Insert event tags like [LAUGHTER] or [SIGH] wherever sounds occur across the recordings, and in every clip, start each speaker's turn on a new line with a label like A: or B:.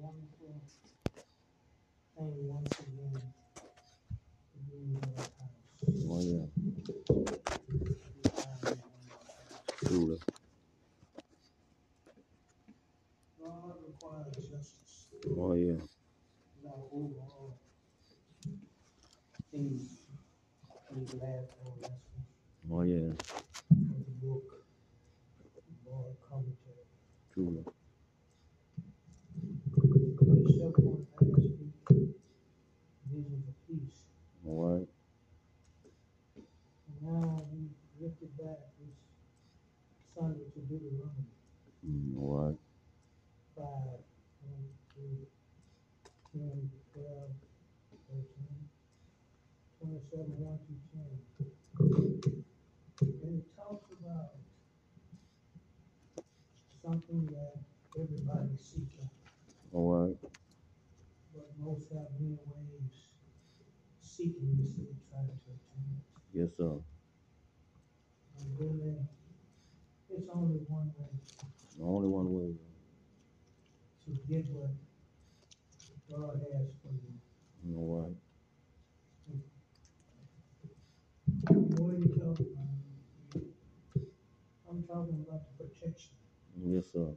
A: one thing once again. being your house,
B: Oh yeah.
A: your family, and
B: True that.
A: your house. God requires justice,
B: Oh yeah.
A: not overall. Things we glad for lessons
B: Oh yeah.
A: from the book, Lord commentary.
B: True that.
A: Except one asking, vision for peace.
B: All right.
A: And now we lifted back this Sunday to Deuteronomy.
B: Mm, all right.
A: five, one, two, ten, twelve, thirteen, twenty-seven, one through ten. And it talks about something that everybody seeks, after,
B: All right.
A: but most have many ways seeking this and trying to attain it.
B: Yes sir.
A: And really, it's only one way
B: The only one way.
A: to get what God has for you.
B: Mm, All right.
A: What are you talking about? I'm talking about the protection
B: Mm, Yes sir.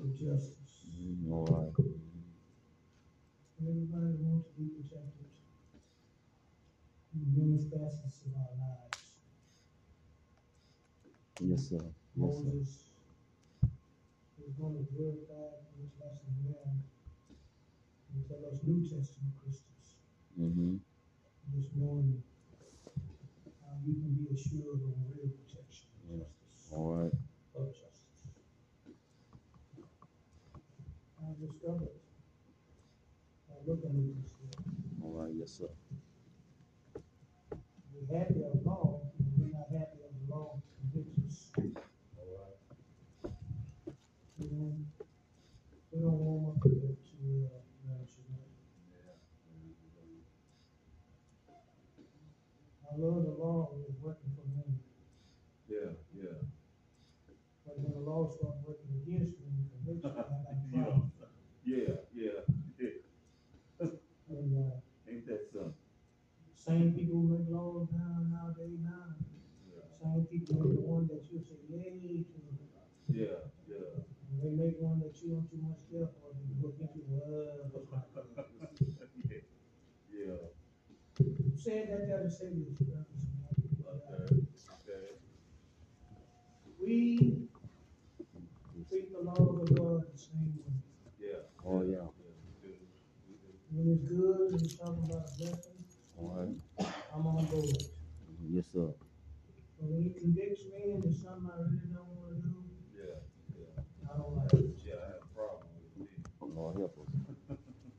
A: of justice.
B: Mm, all right.
A: Everybody wants to be protected in many facets of our lives.
B: Yes sir. Yes sir.
A: Moses is gonna verify this lesson there and tell us New Testament Christians
B: Mm-hmm.
A: this morning how you can be assured of real protection and justice.
B: All right.
A: of justice. I discovered, by looking at this, that
B: All right. Yes sir.
A: we're happy of law, and we're not happy of the law convictions.
B: All right.
A: And we don't want one to, to, uh, manage it. I love the law, when it's working for me,
C: Yeah, yeah.
A: but when the law starts working against me, and conviction, I got a
C: Yeah,
A: problem.
C: yeah, yeah, yeah.
A: And, uh,
C: Ain't that something?
A: same people who make laws now, nowadays, now, same people make the one that you say yay to,
C: Yeah, yeah.
A: And They make one that you don't too much care for, and you look into, uh,
C: Yeah, yeah.
A: saying that there to say this, brothers and
C: Okay,
A: sisters.
C: okay.
A: we treat the laws of God the same way.
C: Yeah.
B: Oh, yeah.
C: we do, we do.
A: When it's good, and it's talking about blessing,
B: All right.
A: I'm on board.
B: Mm, Yes sir.
A: But when it convicts me into something I really don't wanna do,
C: Yeah, yeah.
A: I don't like it.
C: Yeah, I have a problem with it.
B: Lord help us.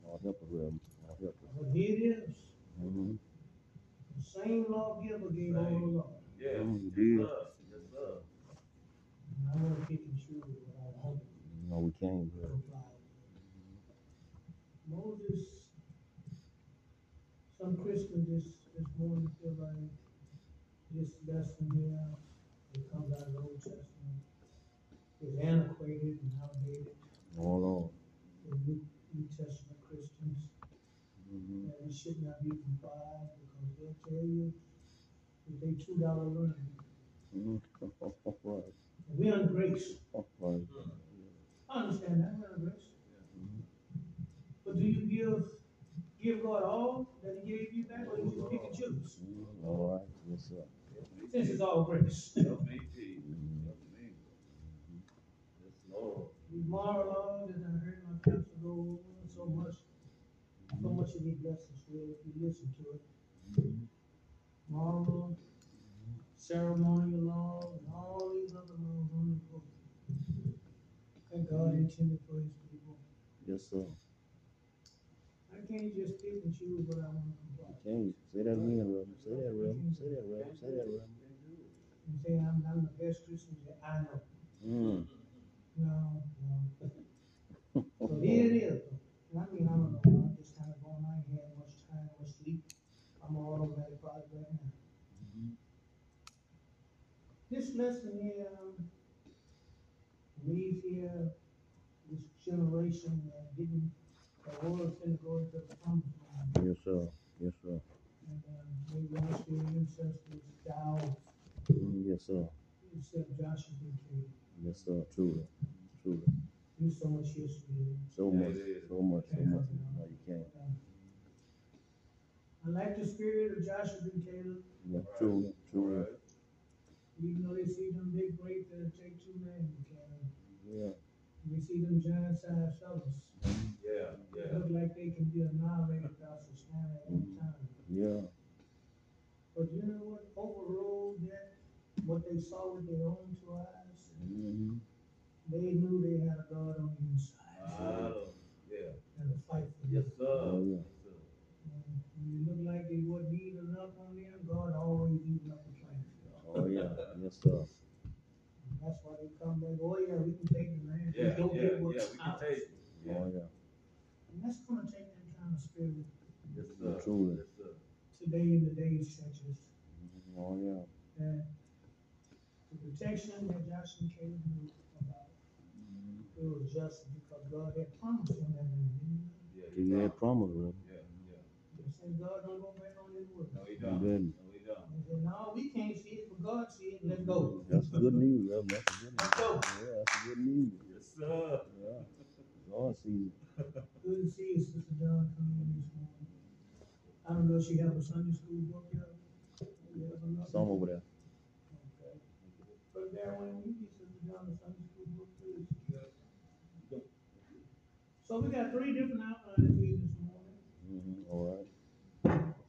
B: Lord help us. Reverend. Lord help us.
A: But here it is,
B: Mm-hmm.
A: the same lawgiver gave all the law.
C: Yeah.
B: Mm,
C: yes,
B: yeah.
C: sir, Yes, sir.
A: And I wanna pick and choose what I want.
B: No, we can't. Reverend.
A: Moses, some Christians this, this morning feel like this lesson here, it comes out of the Old Testament, is antiquated and outdated,
B: Oh Lord.
A: the New, New Testament Christians,
B: Mm-hmm. [LAUGHS]
A: that it should not be compiled because they'll tell you that they two dollar learning.
B: Mm-hmm. All right.
A: We on grace,
B: All right.
A: I understand that, we're on grace. But do you give, give God all that he gave you back, or you just pick and choose?
B: Mm, All right. Yes sir.
C: Help
A: This
C: me,
A: is all grace.
C: help me, Jesus.
B: Mm.
C: Help me. Yes, Lord.
A: We moralized and I heard my counsel go over so much, so much of these lessons will, if you listen to it. Moral, ceremonial law, and all these other laws on the book that God intended for his people.
B: Yes sir.
A: I can't just pick and choose what I want to comply
B: James, say that again, Reverend. Say that, Reverend. Say that, Reverend. Say that, Reverend.
A: and say I'm, I'm the best Christian that I know.
B: Mm.
A: No, no. So here it is. And I mean, I don't know, I'm just kind of going, I ain't had much time, much sleep. I'm all over that part right now. This lesson here, um, reads here, this generation and getting the world to go into the company.
B: Yes, sir. Yes, sir.
A: And, um, maybe last year, ancestors, Dow,
B: Mm, Yes, sir.
A: you said Josh is in too.
B: Yes, sir. Truly. Truly.
A: There's so much history.
B: So
C: Yeah, it
B: much.
C: is.
B: So much. So much. No, you can't.
A: I like the spirit of Joshua and Caleb,
B: Yeah, truly. Truly.
C: Right.
A: even though they see them big great that take two men to carry.
B: Yeah.
A: We see them giant sized fellas.
C: Yeah,
A: They
C: yeah.
A: look like they can be annihilated without some stamina at any time.
B: Yeah.
A: But you know what overrode that, what they saw with their own two eyes?
B: Mm-hmm.
A: They knew they had a God on the inside
C: Wow. Yeah.
A: and a fight for
C: Yes,
A: them.
C: sir.
B: Oh, yeah.
C: Yes, sir.
A: And When it looked like they wasn't eating up on them, God always eating up the plant.
B: Oh, yeah. Yes, sir.
A: That's why they come back, oh yeah, we can take the land.
C: Yeah,
A: Don't
C: yeah,
A: give
C: yeah, we
A: what's
C: can
A: ours."
C: take it. Yeah.
B: Oh, yeah.
A: And that's gonna take that kind of spirit
C: Yes, sir.
B: Truly.
C: Yes, sir.
A: today in the day's churches.
B: Mhm. Oh, yeah.
A: And the protection that Joshua and Caleb knew about, it was just because God had promised them that land. didn't
C: Yeah, he
B: You
C: done.
B: had promised, brother.
C: Yeah, yeah.
A: he? They said, God don't go back on his word.
C: No, he
B: You
C: done.
B: didn't.
C: No, he done.
A: They said, no, we can't see it, but God see it, let's go.
B: That's good news. brother. That's good news.
A: Let's go.
B: Yeah, that's good news.
C: Yes, sir. [LAUGHS]
B: Yeah. God sees it.
A: Good to see you, Sister John, coming in this morning. I don't know if she have a Sunday school book yet. You have another?
B: Some over there.
A: Okay. But Darwin, will you be sitting down the Sunday school book, please? So we got three different outlines for you this morning.
B: Mm-hmm. All right.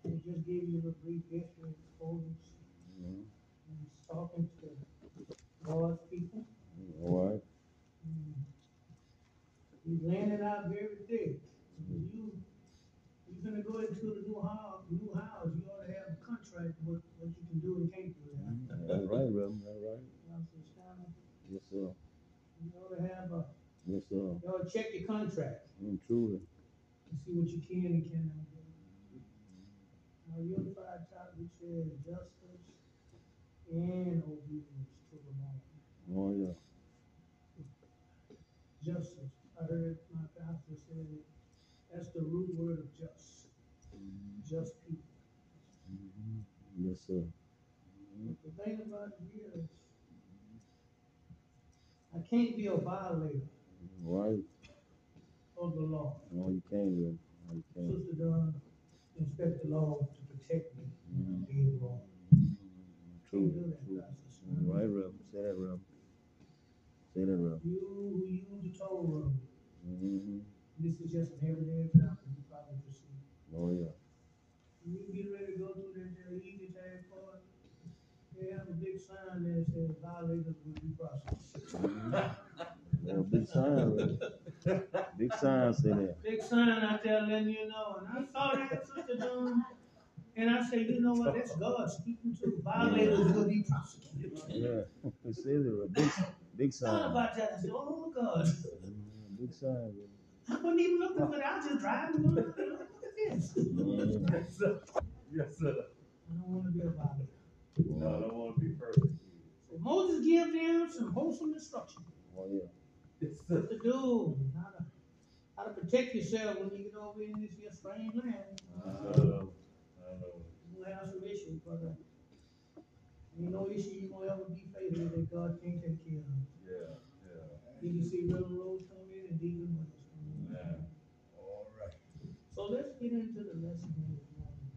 A: We just gave you a brief history of Moses
B: Mhm.
A: and he's talking to God's people.
B: Mm-hmm. All right.
A: And He's laying it out very thick. You, you're gonna go into the new house, new house, you ought to have a contract, what, what you can do and can't do.
B: Mhm. That's right, brother. That's right.
A: Councilor Steiner,
B: Yes, sir.
A: You ought to have a,
B: Yes, sir.
A: you ought to check your contract.
B: Mm, truly.
A: and see what you can and cannot do. Our unified topic says justice and obedience to the law.
B: Oh, yeah.
A: Justice, I heard my pastor say that that's the root word of just, just people.
B: Mhm. Yes, sir.
A: The thing about it is, I can't be a violator
B: Mm-hmm. Right.
A: of the law.
B: No, you can't, brother. No, you can't.
A: Sister Dawn, inspect the law to protect me from being wrong. Can't do
B: Truly.
A: that,
B: Truly.
A: Pastor Stein.
B: Right, brother. Say that, brother. Say that, brother.
A: You who use the toll road,
B: Mm-hmm.
A: This is just an everyday example you probably just see.
B: Oh, yeah.
A: When you get ready to go through that there easy tag part, they have a big sign that says violators will be processed.
B: Well, big sign, brother. Big sign, say that.
A: Big sign out there letting you know, and I saw that sister doing, and I say, you know what, that's God speaking to violators will be prosecuted.
B: Yeah. [LAUGHS] It says it, brother. Big, big
A: Thought
B: sign.
A: about that, I said, oh God,
B: Mhm. Big sign, brother.
A: I wasn't even looking for that, I was just driving, going, look at this. I
B: Mhm.
C: Yes, sir. Yes, sir.
A: don't wanna be a violator.
C: No, I don't wanna be perfect.
A: So Moses gave them some wholesome instruction.
B: Oh, yeah.
C: Yes, sir.
A: what to do, how to, how to protect yourself when you get over in this here strange land.
C: I know. I know.
A: You gonna have some issues, but uh, ain't no issue you gonna ever be faced with that God can't take care of.
C: Yeah, yeah.
A: You can see River Road come in and Deacon Wells come in.
C: Man. All right.
A: So let's get into the lesson here this morning.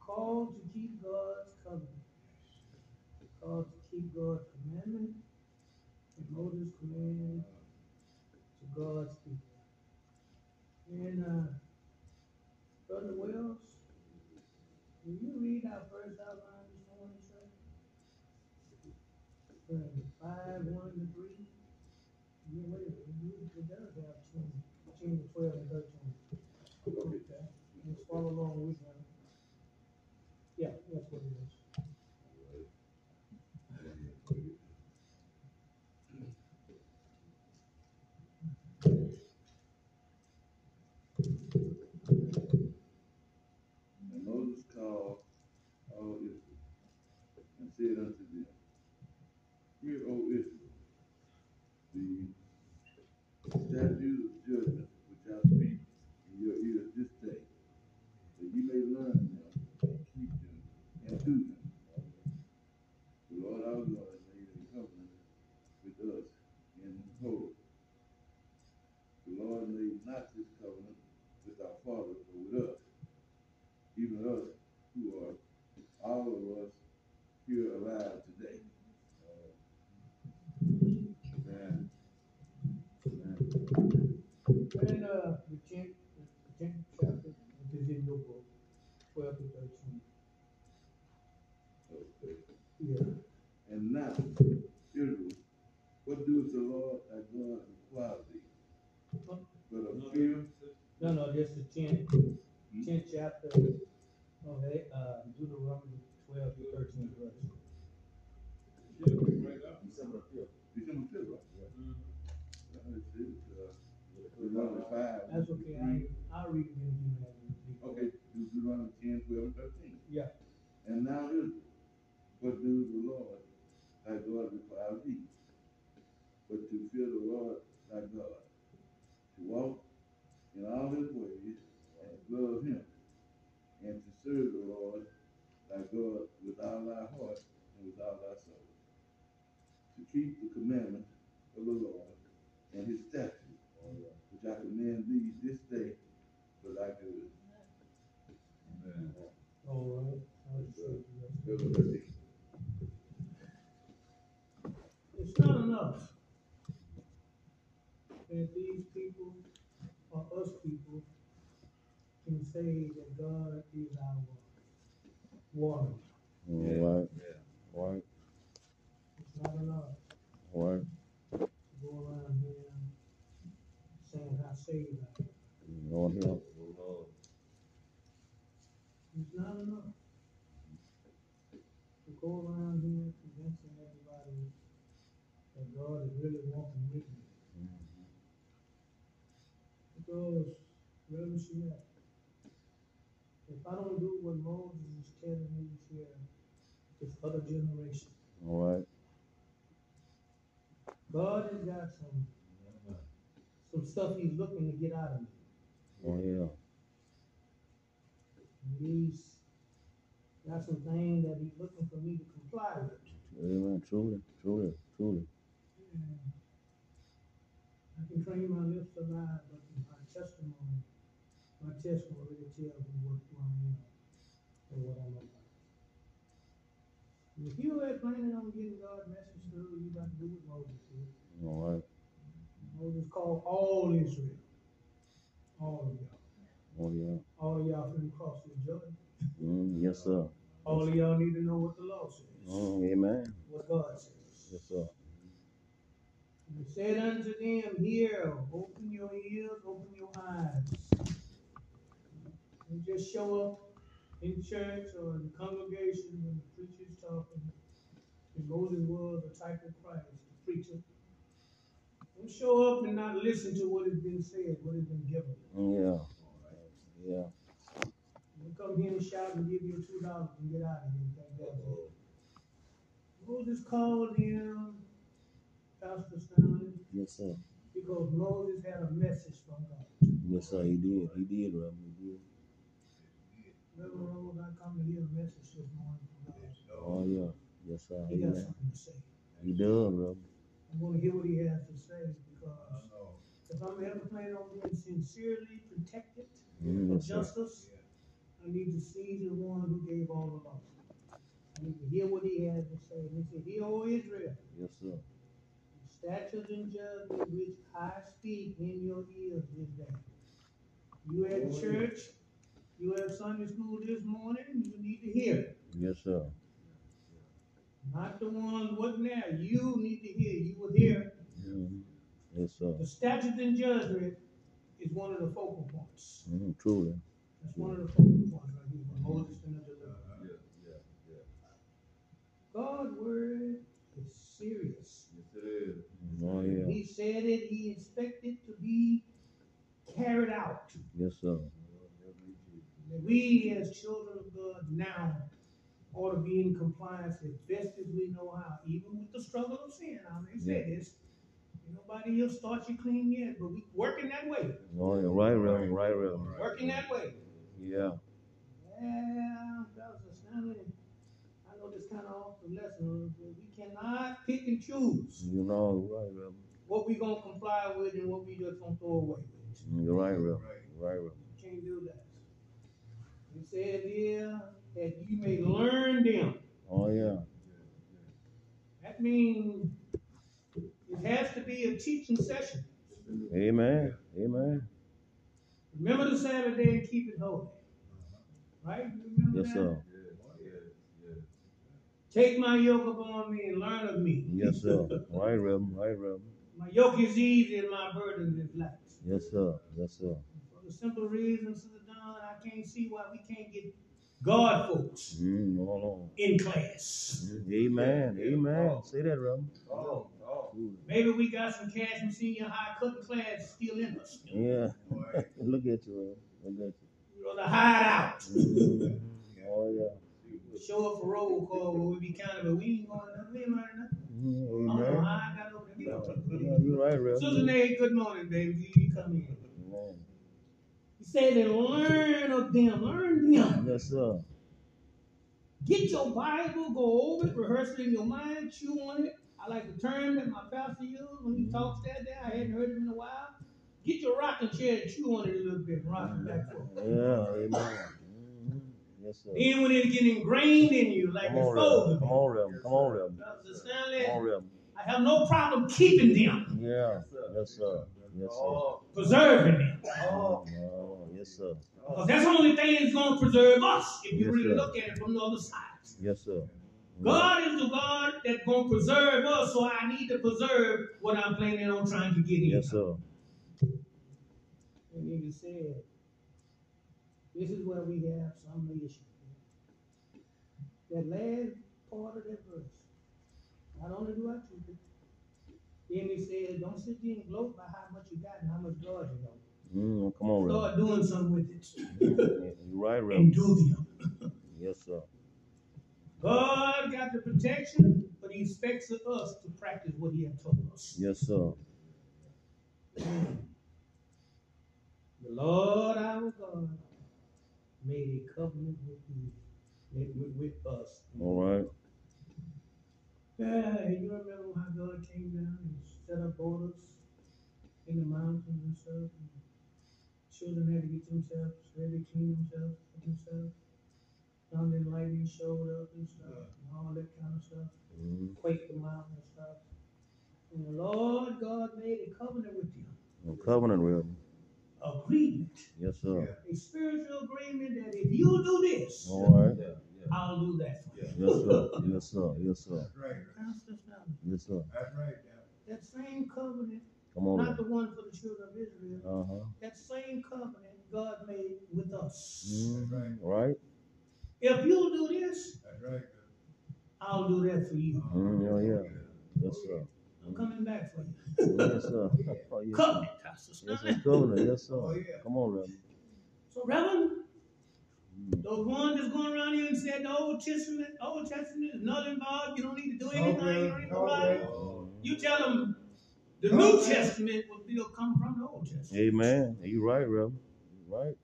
A: Called to keep God's covenant. Called to keep God's commandment and Moses' command to God's people. And, uh, Brother Wells, will you read our first outline this morning, sir? From Five, one to three. Yeah, wait, a minute, you, it does have ten, ten to twelve and thirteen. Just follow along with them. Yeah, that's what it is.
C: And Moses called all Israel and said unto them, Hear, O Israel, the shall do the judgment which I speak in your ears this day, that you may learn them, and keep them, and do them. The Lord our God has made a covenant with us in whole. The Lord made not this covenant with our fathers, but with us, even us who are, all of us here alive today. Uh, Amen. Amen.
A: Then, uh, the tenth, the tenth chapter, it is in your book, twelve to thirteen.
C: Okay.
A: Yeah.
C: And now, Israel, what doeth the Lord thy God require thee? But a fear,
A: No, no, that's the tenth, tenth chapter of, uh, Deuteronomy twelve to thirteen verse.
C: December fifth, right?
A: Mm-hmm.
C: That is it, uh, Deuteronomy five.
A: That's okay, I, I read it in the
C: Okay, Deuteronomy ten, twelve, and thirteen.
A: Yeah,
C: And now Israel, what doeth the Lord thy God require thee? But to fear the Lord thy God, to walk in all his ways, and to love him, and to serve the Lord thy God with all thy heart and with all thy soul. To keep the commandments of the Lord and his statutes, which I command thee this day for thy good. Amen.
A: all Oh, right. I'll just show you the rest. It's not enough that these people or us people can say that God is our warrior.
B: Right,
C: Yeah.
B: right,
A: It's not enough
B: right.
A: to go around here saying how saved I am.
B: Lord help.
A: It's not enough to go around here convincing everybody that God is really walking with me. Because revolution, if I don't do what Moses is telling me here, this other generation,
B: All right.
A: God has got some some stuff He's looking to get out of me.
B: Oh yeah.
A: He's got some things that He's looking for me to comply with.
B: Amen. Truly, truly, truly.
A: And I can train my lips to lie, but my testimony, my testimony really tells me what who I am and what I'm about. If you ain't planning on getting God's message through, you got to do what Moses did.
B: All right.
A: Moses called all Israel, all of y'all,
B: Oh yeah.
A: all of y'all from across the Jordan.
B: Mm, yes sir.
A: All of y'all need to know what the law says,
B: Mm, amen.
A: what God says.
B: Yes sir.
A: And said unto them, Here, open your ears, open your eyes. And just show up in church or in the congregation when the preacher's talking. And Moses was a type of Christ, the preacher. Don't show up and not listen to what has been said, what has been given.
B: Mm, yeah. Yeah.
A: You come here and shout and give you two dollars and get out of here. Thank God. Moses called him, Pastor Stanley,
B: Yes sir.
A: because Moses had a message from God.
B: Yes sir. He did. He did. Reverend. He did.
A: Reverend Rose, I come to hear a message this morning from God.
B: Oh yeah. Yes sir.
A: He got
B: Amen.
A: something to say.
B: He does, Reverend.
A: I'm gonna hear what he has to say because if I'm ever planning on being sincerely protected
B: Mm,
A: for
B: yes sir.
A: justice, I need to see the one who gave all the law. I need to hear what he has to say. He said, Hear, O Israel,
B: Yes sir.
A: the statutes and judgments which I speak in your ears this day. You at church, you at Sunday school this morning, you need to hear it.
B: Yes sir.
A: Not the ones, what now? You need to hear, you will hear.
B: Mm, yes sir.
A: The statute and judgment is one of the focal points.
B: Mm, truly.
A: That's one of the focal points right here, when Moses and the deliverer.
C: Yeah, yeah, yeah.
A: God's word is serious.
C: Yes, it is.
B: Oh yeah.
A: He said it, he expected to be carried out.
B: Yes sir.
A: That we as children of God now ought to be in compliance as best as we know how, even with the struggle of sin. I may say this, ain't nobody be your starchy clean yet, but we working that way.
B: Oh, yeah, right, Reverend, right, Reverend.
A: Working that way.
B: Yeah.
A: Yeah, that was astounding. I know this kind of off the lesson, but we cannot pick and choose
B: You know, right, Reverend.
A: what we gonna comply with and what we just gonna throw away with.
B: Mm, You're right, Reverend. Right, Reverend.
A: Can't do that. You said here that you may learn them.
B: Oh, yeah.
A: That means it has to be a teaching session.
B: Amen. Amen.
A: Remember the Saturday and keep it holy. Right? You Remember
B: Yes,
A: that?
B: sir.
A: Take my yoke upon me and learn of me. [LAUGHS]
B: Yes, sir. Right, Reverend. Right, Reverend.
A: My yoke is easy and my burden is light.
B: Yes, sir. Yes, sir.
A: For the simple reason, Sister Don, I can't see why we can't get God folks
B: Mm, hold
A: in class.
B: on. Amen. Amen. Say that, Reverend.
C: Oh, oh.
A: Maybe we got some cash from senior high cutting class still in us.
B: Yeah. [LAUGHS] Look at you, Reverend. Look
A: You know, to hide out.
B: at you. Mm, Oh, yeah.
A: Show up for roll call where we be counted, but we ain't going nothing. We ain't learning nothing.
B: Mm,
A: I don't know
B: Amen.
A: how I got over there.
B: Yeah, you're right,
A: Susan
B: Reverend.
A: A., good morning, baby. You come in.
B: Amen.
A: He said, and learn of them, learn them.
B: Yes, sir.
A: Get your Bible, go over it, rehearse it in your mind, chew on it. I like the term that my pastor used when he talks that day. I hadn't heard him in a while. Get your rocking chair and chew on it a little bit, and rock it back forth.
B: Yeah. Amen. Mm, Yes, sir.
A: Then when it get ingrained in you, like
B: Come
A: it's
B: on, Reverend.
A: folded.
B: Come on, Reverend. Come on, Reverend.
A: Pastor
B: Come
A: Stanley,
B: on, Reverend.
A: I have no problem keeping them,
B: Yeah. Yes, sir. Yes, sir.
A: Oh. preserving them.
B: Oh, yes, sir.
A: Because that's the only thing that's going to preserve us if you
B: Yes,
A: really
B: sir.
A: look at it from the other side.
B: Yes, sir. Mm.
A: God is the God that's going to preserve us, so I need to preserve what I'm planning on trying to get in.
B: Yes, sir.
A: And nigga said, this is where we have some issue. That last part of that verse, not only do I keep it, then he said, don't sit there and gloat by how much you got and how much God you know.
B: Mm, come on, Reverend.
A: Start doing something with it
B: You're right,
A: and
B: Reverend.
A: do them.
B: Yes, sir.
A: God got the protection, but he expects of us to practice what he has told us.
B: Yes, sir.
A: The Lord our God made a covenant with you, with, with us.
B: All right.
A: Yeah, you remember how God came down and set up borders in the mountains and stuff. And children had to get themselves ready, clean themselves, put themselves. Down and lightning showed up and stuff, and all that kind of stuff.
B: Mm,
A: Quake the mountain and stuff. And the Lord God made a covenant with them,
B: a covenant, Reverend.
A: agreement,
B: Yes, sir.
A: a spiritual agreement that if you do this,
B: All right.
A: I'll do that for you.
B: Yes, sir. Yes, sir. Yes, sir.
A: Pastor Snow,
B: Yes, sir.
A: That same covenant,
B: Come on,
A: not
B: Reverend.
A: the one for the children of Israel,
B: Uh huh.
A: that same covenant God made with us.
B: Mm, right.
A: If you do this, I'll do that for you.
B: Mm, oh, yeah. Yes, sir. Mm,
A: I'm coming back for you.
B: Yes, sir. Oh, yes, sir.
A: Covenant, Pastor
B: Yes,
A: Stanley.
B: sir. Covenant. Yes, sir.
C: Oh, yeah.
B: Come on, Reverend.
A: So, Reverend,
B: Mm.
A: those ones that's going around here and said the Old Testament, Old Testament is not involved. You don't need to do anything. you don't need to write. You tell them the New Testament will still come from the Old Testament.
B: Amen. You right, Reverend. You Right.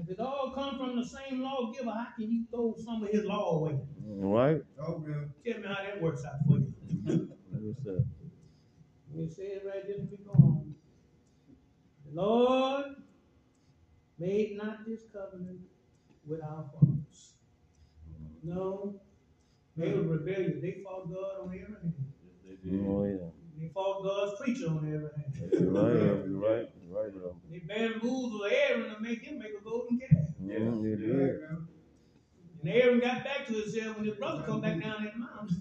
A: If it all come from the same lawgiver, how can you throw some of his law away?
B: Mm, Right.
A: Tell me how that works out for you.
B: Yes, sir.
A: We say it right there we go on. The Lord made not this covenant with our fathers. No, they were rebellious. They fought God on every hand.
B: Mm, Oh, yeah.
A: They fought God's preacher on every hand.
B: You're right, Reverend. You're right. You're right, Reverend.
A: They bamboozled Aaron to make him make a golden calf.
B: Mm, you did.
A: And Aaron got back to himself when his brother come back down that mountain.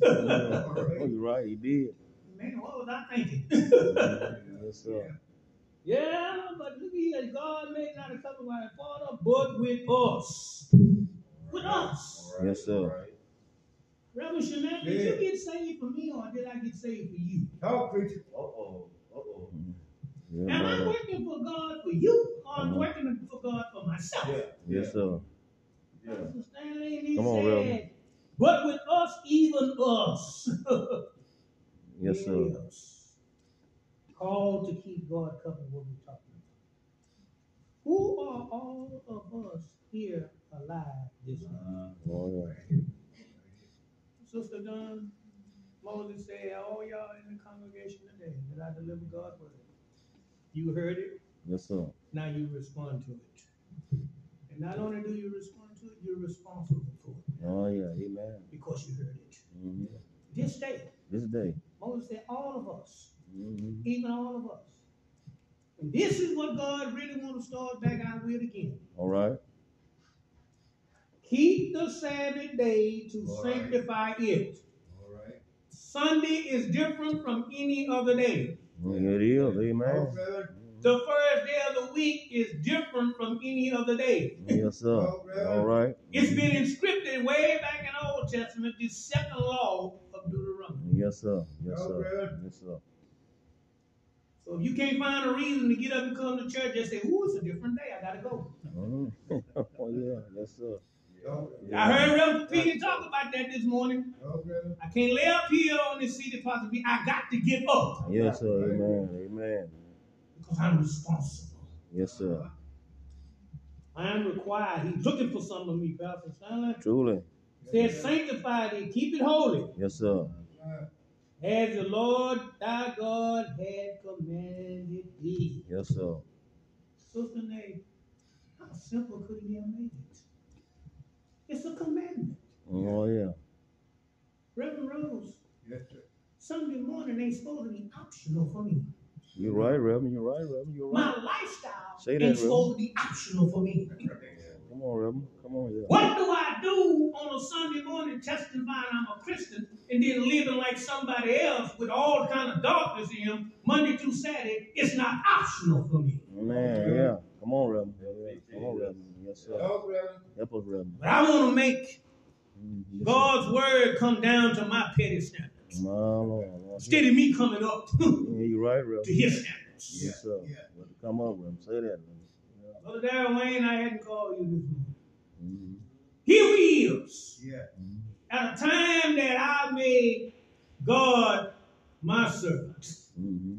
A: [LAUGHS]
B: Oh, you're right. He did.
A: Man, what was I thinking?
B: Yes, sir.
A: yeah, but look here, God made not a covenant with our father, but with us. With us.
B: Yes, sir.
A: Reverend Shemin, did you get saved for me or did I get saved for you?
D: Talk, preacher.
B: Yeah,
A: Am I
B: brother.
A: working for God for you or I'm
B: Mhm.
A: working for God for myself?
D: Yeah.
B: Yes, sir.
C: Yeah.
A: Pastor Stanley, and he
B: Come on,
A: said,
B: Reverend.
A: But with us, even us.
B: [LAUGHS] Yes,
A: Even
B: sir.
A: us. called to keep God covenant, what we're talking about. Who are all of us here alive this morning?
B: All right.
A: Sister Don Moses said, all y'all in the congregation today that I deliver God's word. You heard it,
B: Yes, sir.
A: now you respond to it. And not only do you respond to it, you're responsible for it
B: Oh, yeah. Amen.
A: because you heard it.
B: hmm
A: This day,
B: This day.
A: Moses said, all of us,
B: hmm
A: even all of us. And this is what God really wants to start back out with again.
B: All right.
A: Keep the Sabbath day to
D: All right.
A: sanctify it.
D: All right.
A: Sunday is different from any other day.
B: Mm, It is. Amen.
D: brother.
B: Mhm.
A: The first day of the week is different from any other day.
B: Yes, sir. All right.
A: It's been inscripted way back in Old Testament, the second law of Deuteronomy.
B: Yes, sir. Yes, sir. Yes, sir.
A: So if you can't find a reason to get up and come to church, just say, "Ooh, it's a different day. I gotta go."
B: Mhm. Oh, yeah. Yes, sir.
A: I heard Reverend Piggy talk about that this morning.
D: No, brother.
A: I can't lay up here on this seat possibly. I got to get up
B: Yes, sir. Amen. Amen.
A: because I'm responsible.
B: Yes, sir.
A: I am required. He's looking for something of me, Pastor Stanley.
B: Truly.
A: Said, "Sanctify it, keep it holy."
B: Yes, sir.
A: As the Lord thy God had commanded thee.
B: Yes, sir.
A: Sister Nay, how simple could he have made it? It's a commandment.
B: Oh, yeah.
A: Reverend Rose,
D: Yes, sir.
A: Sunday morning ain't supposed to be optional for me.
B: You're right, Reverend. You're right, Reverend. You're
A: My
B: right.
A: lifestyle
B: Say that,
A: ain't
B: Reverend.
A: supposed to be optional for me.
B: Come on, Reverend. Come on, yeah.
A: What do I do on a Sunday morning testifying I'm a Christian and then living like somebody else with all kind of darkness in him Monday through Saturday? It's not optional for me.
B: Man, yeah. Come on, Reverend. Yeah, yeah. Come on, Reverend. Yes, sir.
D: No, brother.
B: Help us, Reverend.
A: But I want to make
B: Mhm. Yes, sir.
A: God's word come down to my petty standards.
B: My Lord. Lord.
A: Instead of me coming up [LAUGHS] to
B: Yeah, you're right, Reverend.
A: his standards.
B: Yes, sir.
D: Yeah.
B: Well, Come on, Reverend. Say that, Reverend. Yeah.
A: Brother Darren Wayne, I hadn't called you this morning.
B: Mhm.
A: Here he is.
D: Yeah.
B: Mhm.
A: At a time that I made God my servant.
B: Mhm.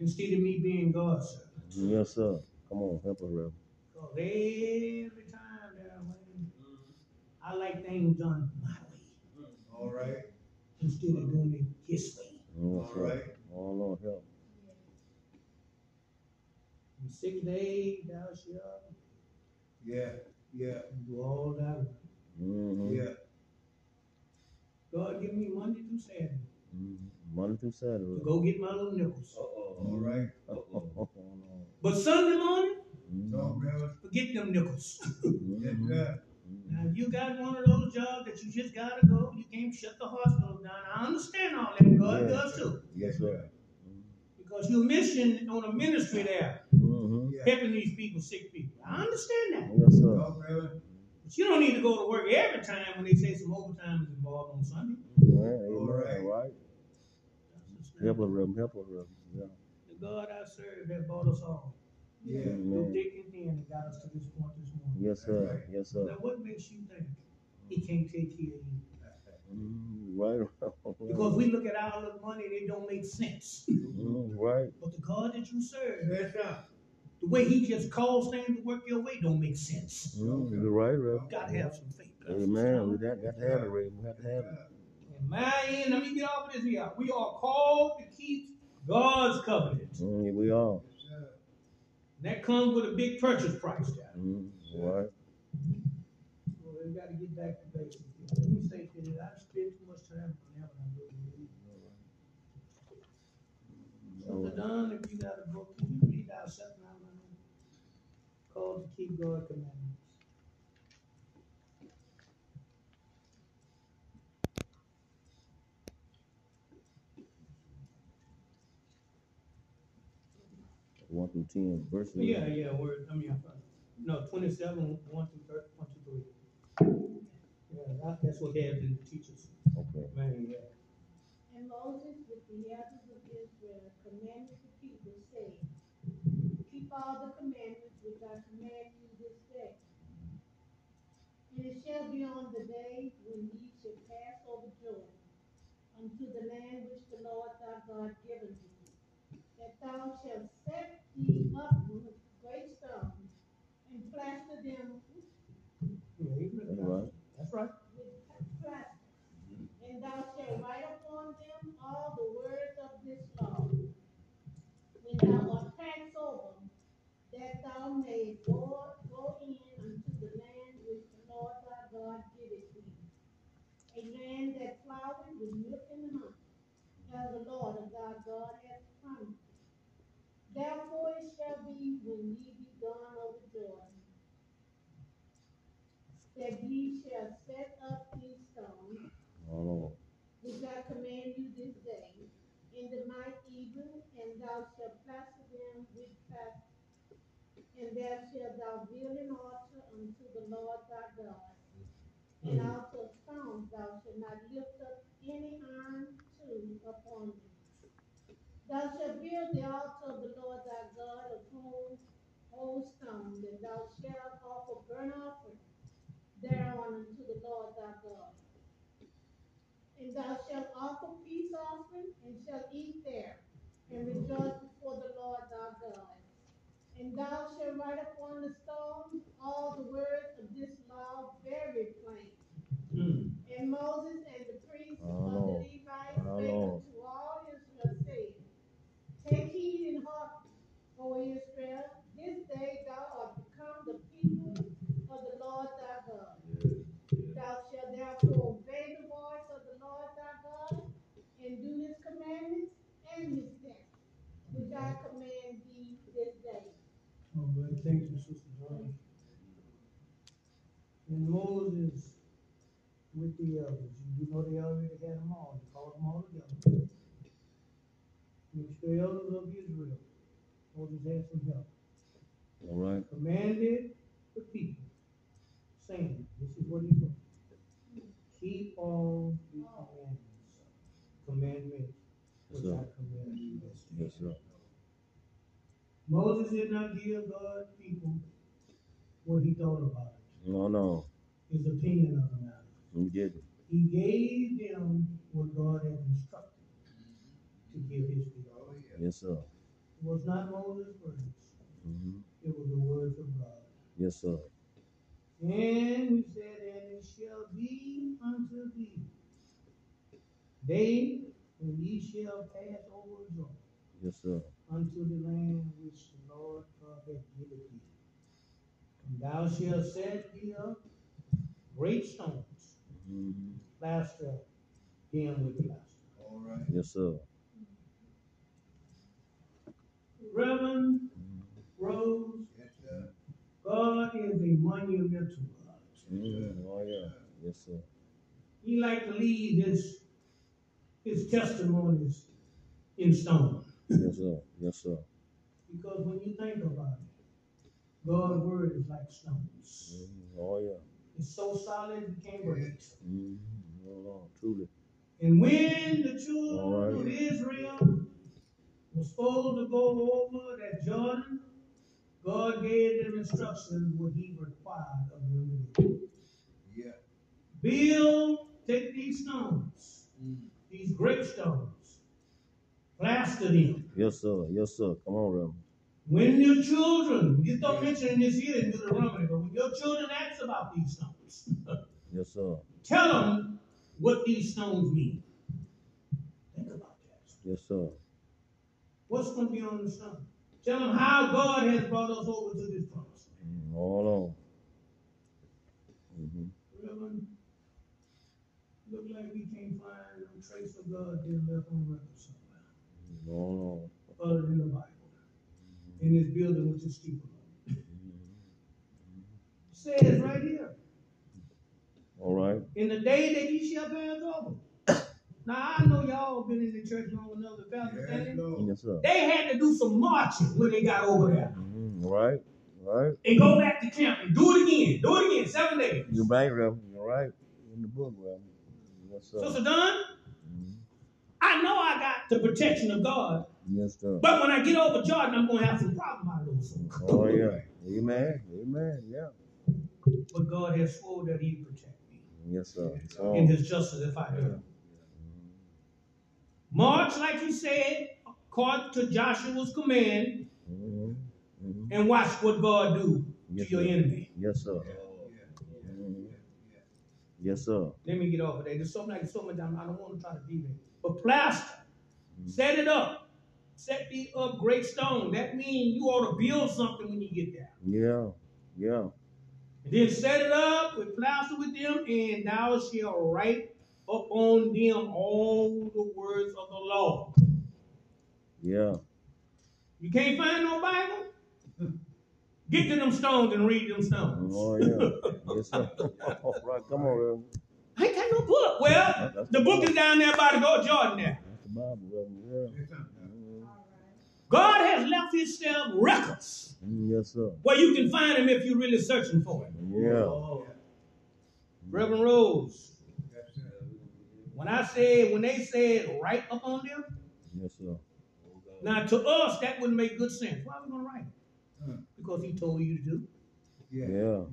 A: Instead of me being God's servant.
B: Yes, sir. Come on, help us, Reverend.
A: Because every time, Darren Wayne, I like things done my way
D: All right.
A: instead of doing it his way.
B: Yes,
D: All
B: sir.
D: right.
B: Oh, Mm-hmm. Lord, help.
A: In six days thou shalt
D: Yeah. Yeah.
A: do all thy work.
B: Mhm.
D: Yeah.
A: God give me Monday through Saturday
B: Mhm. Monday through Saturday.
A: to
B: [LAUGHS] Reverend.
A: go get my little nickels.
D: All right.
B: Oh, Lord.
A: But Sunday morning,
D: No,
B: Mhm.
D: brother.
A: forget them nickels.
D: Yes,
B: Mhm.
D: sir.
A: now, if you got one of those jobs that you just gotta go, you can't shut the hospital down. I understand all that. God
B: Yeah.
A: does too.
B: Yes, sir.
A: Because you're mission on a ministry there,
B: Mhm.
D: Yeah.
A: helping these people, sick people. I understand that.
B: Yes, sir.
D: No, brother.
A: But you don't need to go to work every time when they say some overtime is involved on Sunday.
B: Yeah,
D: All
B: amen.
D: right.
B: Right. Help us, Reverend. Help us, Reverend. Yeah.
A: The God I serve that brought us all.
D: Yeah.
A: Through
B: Amen.
A: thick and thin that got us to this point this morning.
B: Yes, sir. Yes,
A: Now,
B: sir.
A: what makes you think he can't take care of you?
B: Mm, Right.
A: Because we look at our little money and it don't make sense.
B: Mm, Right.
A: But the God that you serve,
D: Yes, sir.
A: the way He just calls things to work your way, don't make sense.
B: Mm, You're right,
A: You
B: Reverend.
A: gotta have some faith.
B: Amen. We got, got to have it, Reverend. We have to have it.
A: In my end, let me get off of this here. We are called to keep God's covenant.
B: Mm, here we are.
D: Yes, sir.
A: That comes with a big purchase price. guys.
B: Mm, Right.
A: Well, we gotta get back to basics. Let me say this: I spend too much time on that one. So, Don, if you got a book, can you read out something out of it? Called to keep God's commandments.
B: One through ten verses.
A: Yeah, yeah, word, I mean, uh, no, twenty-seven, one through thir- one through three. Yeah, that, that's what they have been teachers,
B: Okay.
A: man, yeah.
E: And Moses with the elders of Israel commanded the people, saying, Keep all the commandments which I command you this day. And it shall be on the day when ye shall pass over Jordan unto the land which the Lord thy God giveth you, as promised. Therefore it shall be when ye be gone over Jordan, that ye shall set up these stones
B: Hold
E: which I command you this day, in the might even, and thou shalt plaster them with plaster, and there shalt thou build an altar unto the Lord thy God. And out of stones thou shalt not lift up any iron to upon them. Thou shalt build the altar of the Lord thy God of whole, whole stone, and thou shalt offer burnt offering thereon unto the Lord thy God. And thou shalt offer peace offering, and shalt eat there, and rejoice before the Lord thy God. And thou shalt write upon the stone all the words of this law very plain.
A: Mm.
E: And Moses and the priests of the
B: Hello.
E: Levites spake
B: Hello.
E: unto all Israel, saying, Take heed and heart, O Israel, this day thou art become the people of the Lord thy God. Thou shalt therefore obey the voice of the Lord thy God, and do his commandments and his statutes, which I command thee this day.
A: All right, thank you, Sister Johnson. And Moses with the elders, you do know they already had them all, they called them all together. Which the elders of Israel, Moses had some help,
B: on. All right.
A: commanded the people, saying, this is what he told them, Keep all the commandments, commandments, which I
B: Yes,
A: command you this day.
B: Yes, sir.
A: Moses did not give God's people what he thought about it,
B: No, no.
A: his opinion of the matter.
B: You didn't.
A: He gave them what God had instructed to give his people.
D: Oh, yeah.
B: Yes, sir.
A: It was not Moses' words,
B: hmm
A: it was the words of God.
B: Yes, sir.
A: And he said, And it shall be unto thee, day when ye shall pass over Jordan
B: Yes, sir.
A: unto the land which the Lord God hath given thee. And thou shalt set thee up great stones,
B: hmm
A: plaster them with plaster.
D: All right.
B: Yes, sir.
A: Reverend Rose,
D: Yes, sir.
A: God is a monumental God.
B: Mhm. Oh, yeah. Yes, sir.
A: He like to leave his, his testimonies in stone.
B: Yes, sir. Yes, sir.
A: Because when you think about it, God's word is like stones.
B: Mhm. Oh, yeah.
A: It's so solid you can't break it.
B: hmm No, no. Truly.
A: And when the children
B: All
A: of
B: right.
A: Israel was supposed to go over that Jordan, God gave them instructions what he required of them. to do.
D: Yeah.
A: Build, take these stones,
D: Mm.
A: these great stones, plaster them.
B: Yes, sir. Yes, sir. Come on, Reverend.
A: When your children, you don't mention in this here in Deuteronomy, but when your children ask about these stones, [LAUGHS]
B: Yes, sir.
A: tell them what these stones mean. Think about that.
B: Yes, sir.
A: What's going to be on the stone? Tell them how God has brought us over to this promise.
B: Mhm. Hold on. hmm
A: Reverend, look like we can't find no trace of God being left on record somewhere,
B: Hold on.
A: other than the Bible, in this building with the steeple on it. Says right here,
B: All right.
A: in the day that ye shall pass over. [COUGHS] Now, I know y'all been in the church long enough to
D: Yes,
A: understand.
D: Lord.
B: Yes, sir.
A: They had to do some marching when they got over there,
B: Mhm. All right. All right.
A: and go back to camp and do it again, do it again, seven days.
B: You're right, Reverend. You're right. In the book, Reverend. Yes, sir.
A: Sister Dunn,
B: Mhm.
A: I know I got the protection of God,
B: Yes, sir.
A: but when I get over Jordan, I'm gonna have some problem out of those folks.
B: Oh, yeah. Amen. Amen. Yeah.
A: But God has swore that He'd protect me
B: Yes, sir. It's
A: in
B: on.
A: His justice if I do. March, like you said, according to Joshua's command,
B: Mhm. Mhm.
A: and watch what God do to
B: Yes,
A: your
B: sir.
A: enemy.
B: Yes, sir.
D: Oh, yeah.
B: Mhm.
D: Yeah.
B: Yes, sir.
A: Let me get off of that. There's something like so much I'm- I don't want to try to be there. But plaster,
B: Mm-hmm.
A: set it up. Set the up great stone. That means you ought to build something when you get there.
B: Yeah. Yeah.
A: And then set it up with plaster with them, and thou shalt write upon them all the words of the law,
B: Yeah.
A: You can't find no Bible? [LAUGHS] Get to them stones and read them stones.
B: Oh, yeah. Yes, sir. All right, come on, Reverend.
A: I ain't got no book. Well,
B: That- that's
A: the book is down there by the Go Jordan there.
B: That's the Bible, Reverend. Yeah. Mhm.
E: All right.
A: God has left himself records
B: Mm, Yes, sir.
A: where you can find him if you're really searching for him.
B: Yeah.
A: Oh. Reverend Rose,
D: That's it.
A: when I said, when they said write up on them,
B: Yes, sir.
A: now to us that wouldn't make good sense. Why are we gonna write it?
D: Hmm.
A: Because he told you to do.
D: Yeah.
B: Yeah.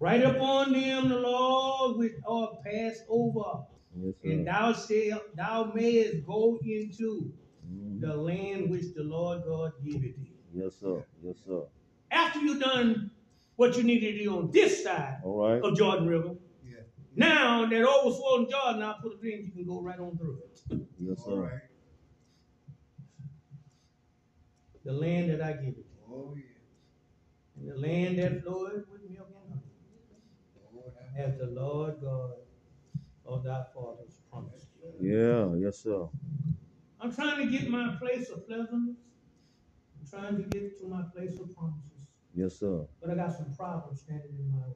A: Write up on them the laws which are passed over,
B: Yes,
A: and
B: sir.
A: thou shalt thou mayest go into
B: Mhm.
A: the land which the Lord God giveth thee.
B: Yes, sir. Yes, sir.
A: After you've done what you need to do on this side
B: All right.
A: of Jordan River,
D: Yeah.
A: now that overflowing Jordan, I put it in, you can go right on through it.
B: Yes,
D: All
B: sir.
D: right.
A: The land that I give it,
D: Oh, yeah.
A: and the land that floweth with milk and honey,
D: Lord, have
A: as the Lord God of thy fathers promised you.
B: Yeah. Yes, sir.
A: I'm trying to get my place of pleasantness. I'm trying to get to my place of promises.
B: Yes, sir.
A: But I got some problems standing in my way.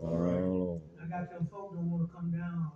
B: All right. All
A: I got them folk don't want to come down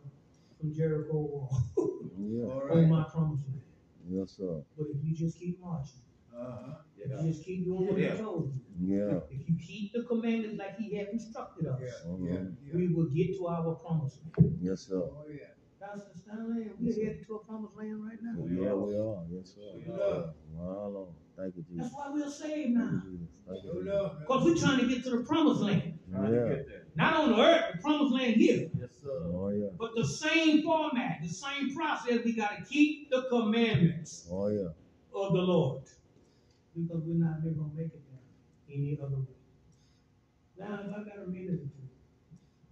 A: from Jericho wall
B: over. Yeah.
D: All
A: on
D: right.
A: my promised land.
B: Yes, sir.
A: But if you just keep marching,
D: Uh-huh.
A: if you just keep doing what
D: Yeah.
A: he told you,
B: Yeah.
A: if you keep the commandments like he had instructed us,
D: Yeah, yeah,
B: Mhm.
D: yeah.
A: we will get to our promised land.
B: Yes, sir.
D: Oh, yeah.
A: Pastor Stanley, we're headed to a promised land right now.
B: Yeah, we are. Yes, sir.
D: We are.
B: Wow, Lord. Thank you,
A: That's
B: Jesus.
A: why we're saved
B: Thank
A: now.
B: you, Jesus. Thank you,
D: No
B: Jesus.
D: love,
A: Because we're trying to get to the promised land.
B: Yeah.
A: Not on the earth, the promised land here.
F: Yes, sir.
B: Oh, yeah.
A: But the same format, the same process, we got to keep the commandments
B: Oh, yeah.
A: of the Lord. Because we're not going to make it there any other way. Now, if I got a minute or two,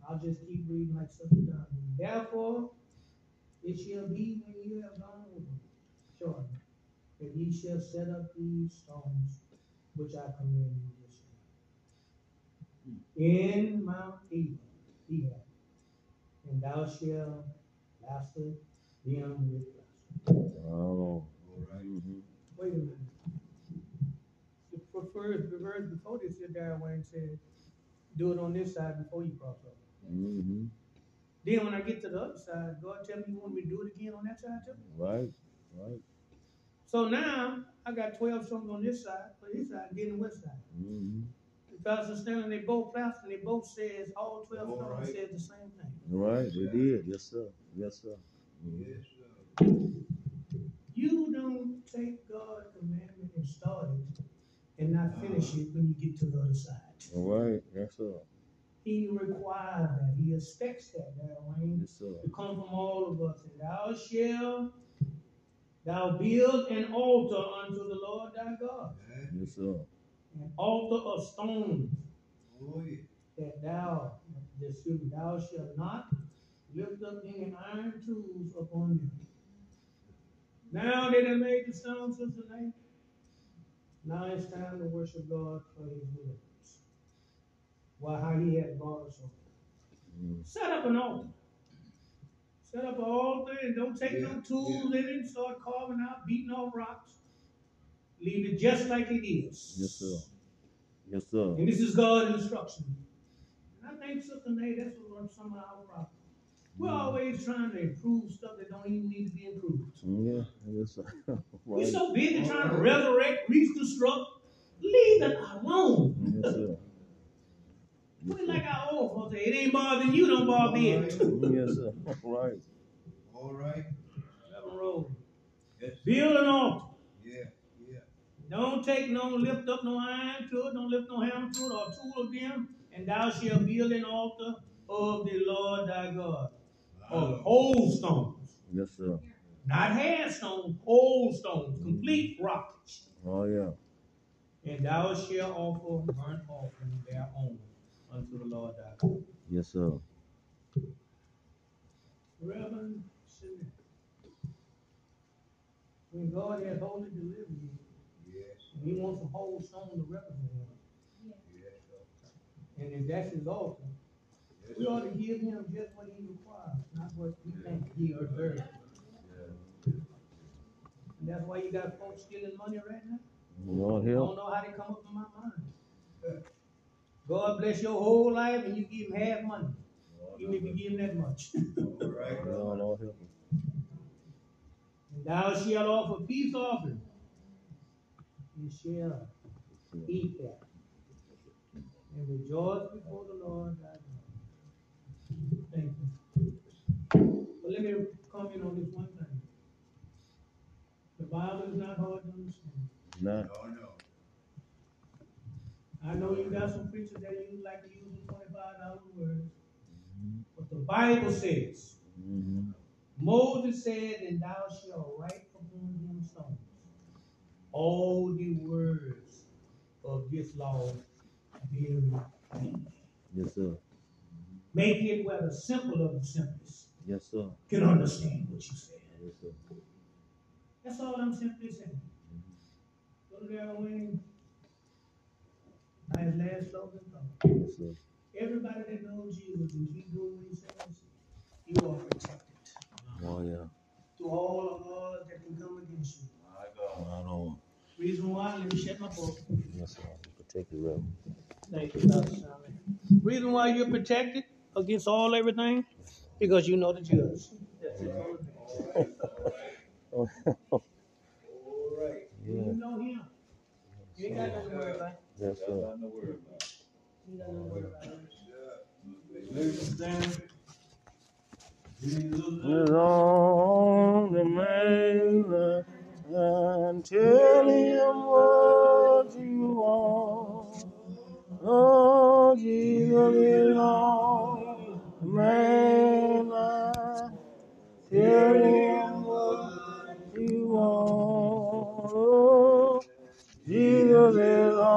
A: I'll just keep reading like Sister Don. Therefore, it shall be when you have gone over Jordan, that ye shall set up these stones which I command you this day. In Mount Ebal, Ebal, and thou shalt plaster them with plaster.
B: Wow, Lord.
D: All right.
B: Mhm.
A: Wait a minute. The f- first, the verse before this, your dad Wayne said, do it on this side before you cross over.
B: Mhm.
A: Then when I get to the other side, God tell me you want me to do it again on that side too?
B: Right. Right.
A: So now, I got twelve songs on this side, on this side, and then the west side.
B: Mhm.
A: Because it's standing, they both plastered, and they both says, all twelve
D: All right.
A: songs says the same thing.
B: Right. They did. Yes, sir. Yes, sir. Mhm.
D: Yes, sir.
A: You don't take God's commandment and start it and not finish it when you get to the other side.
B: All right. Yes, sir.
A: He requires that. He expects that, that Wayne,
B: Yes, sir.
A: to come from all of us. And thou shall, thou build an altar unto the Lord thy God,
D: Yeah.
B: Yes, sir.
A: an altar of stones,
D: Oh, yeah.
A: that thou, excuse me, thou shalt not lift up any iron tools upon them. Now that I made the stone, sister Nate, now it's time to worship God for his deliverance. Why, how he had brought us over.
B: Mhm.
A: Set up an altar. Set up an altar and don't take
D: Yeah,
A: no tools in it and start carving out, beating off rocks. Leave it just like it is.
B: Yes, sir. Yes, sir.
A: And this is God's instruction. And I think Sister Nay, that's what some of our problem. We're always trying to improve stuff that don't even need to be improved.
B: Yeah. Yes, sir.
A: We're
B: [LAUGHS] Right.
A: so busy trying to resurrect, reconstruct, leave it alone.
B: Yes, sir.
A: We're
B: Mm-hmm.
A: like our old folks say, it ain't bothering you, don't bother it.
B: Mhm. Yes, sir. Right.
D: All right.
A: Reverend Rose,
D: Yes.
A: Build an altar.
D: Yeah, yeah.
A: Don't take no lift up no iron to it, don't lift no hammer to it, or tool of them, and thou shalt build an altar of the Lord thy God. Of whole stones,
B: Yes, sir.
A: not half stones, whole stones, complete rockets.
B: Oh, yeah.
A: And thou shalt offer burnt offering thereon unto the Lord thy God.
B: Yes, sir.
A: Reverend Simeon, when God has wholly delivered you,
D: Yes,
A: and he wants a whole stone to represent him,
D: yes, sir.
A: and if that's his altar,
D: Yes,
A: We ought
D: sir.
A: to give him just what he requires, not what we think he deserves. And That's why you got folks stealing money right now.
B: Lord
A: I
B: help.
A: don't know how they come up in my mind. God bless your whole life and you give him half money, even if you give him that much.
D: All right.
B: Lord, Lord help.
A: And thou shalt offer peace offering, and shall eat that, and rejoice before the Lord thy God. Thank you. But let me comment on this one thing. The Bible is not hard to understand.
B: Nah.
D: No, no.
A: I know you got some preachers that you like to use the twenty-five dollar words, but the Bible says,
B: Mhm.
A: Moses said, And thou shalt write upon him stones all the words of this law very plainly."
B: Yes, sir.
A: Make it where the simple of the simplest
B: Yes, sir.
A: can understand what you said.
B: Yes, sir.
A: That's all I'm simply saying. Brother Darrell Wayne, by his last slogan, thought,
B: Yes, sir.
A: everybody that knows Jesus and keep doing what he says, you are protected
B: Oh, yeah.
A: through all of odds that can come against you.
D: My God.
B: I don't.
A: Reason why, let me shut my book.
B: Yes, sir. Protect your revenue.
A: Thank you, Pastor Charlie. Reason why you're protected against all everything, because you know the judge. That's it.
D: All right.
B: Yeah.
A: You know him. You ain't got nothing to worry about.
B: Yes,
D: That's
B: sir.
D: not no word about it.
A: You ain't got nothing to worry about.
C: Ladies and gentlemen, Jesus
B: Along the mainland and tell him what you want. Oh, Jesus, along the mainland, tell him what you want. Oh, Jesus, along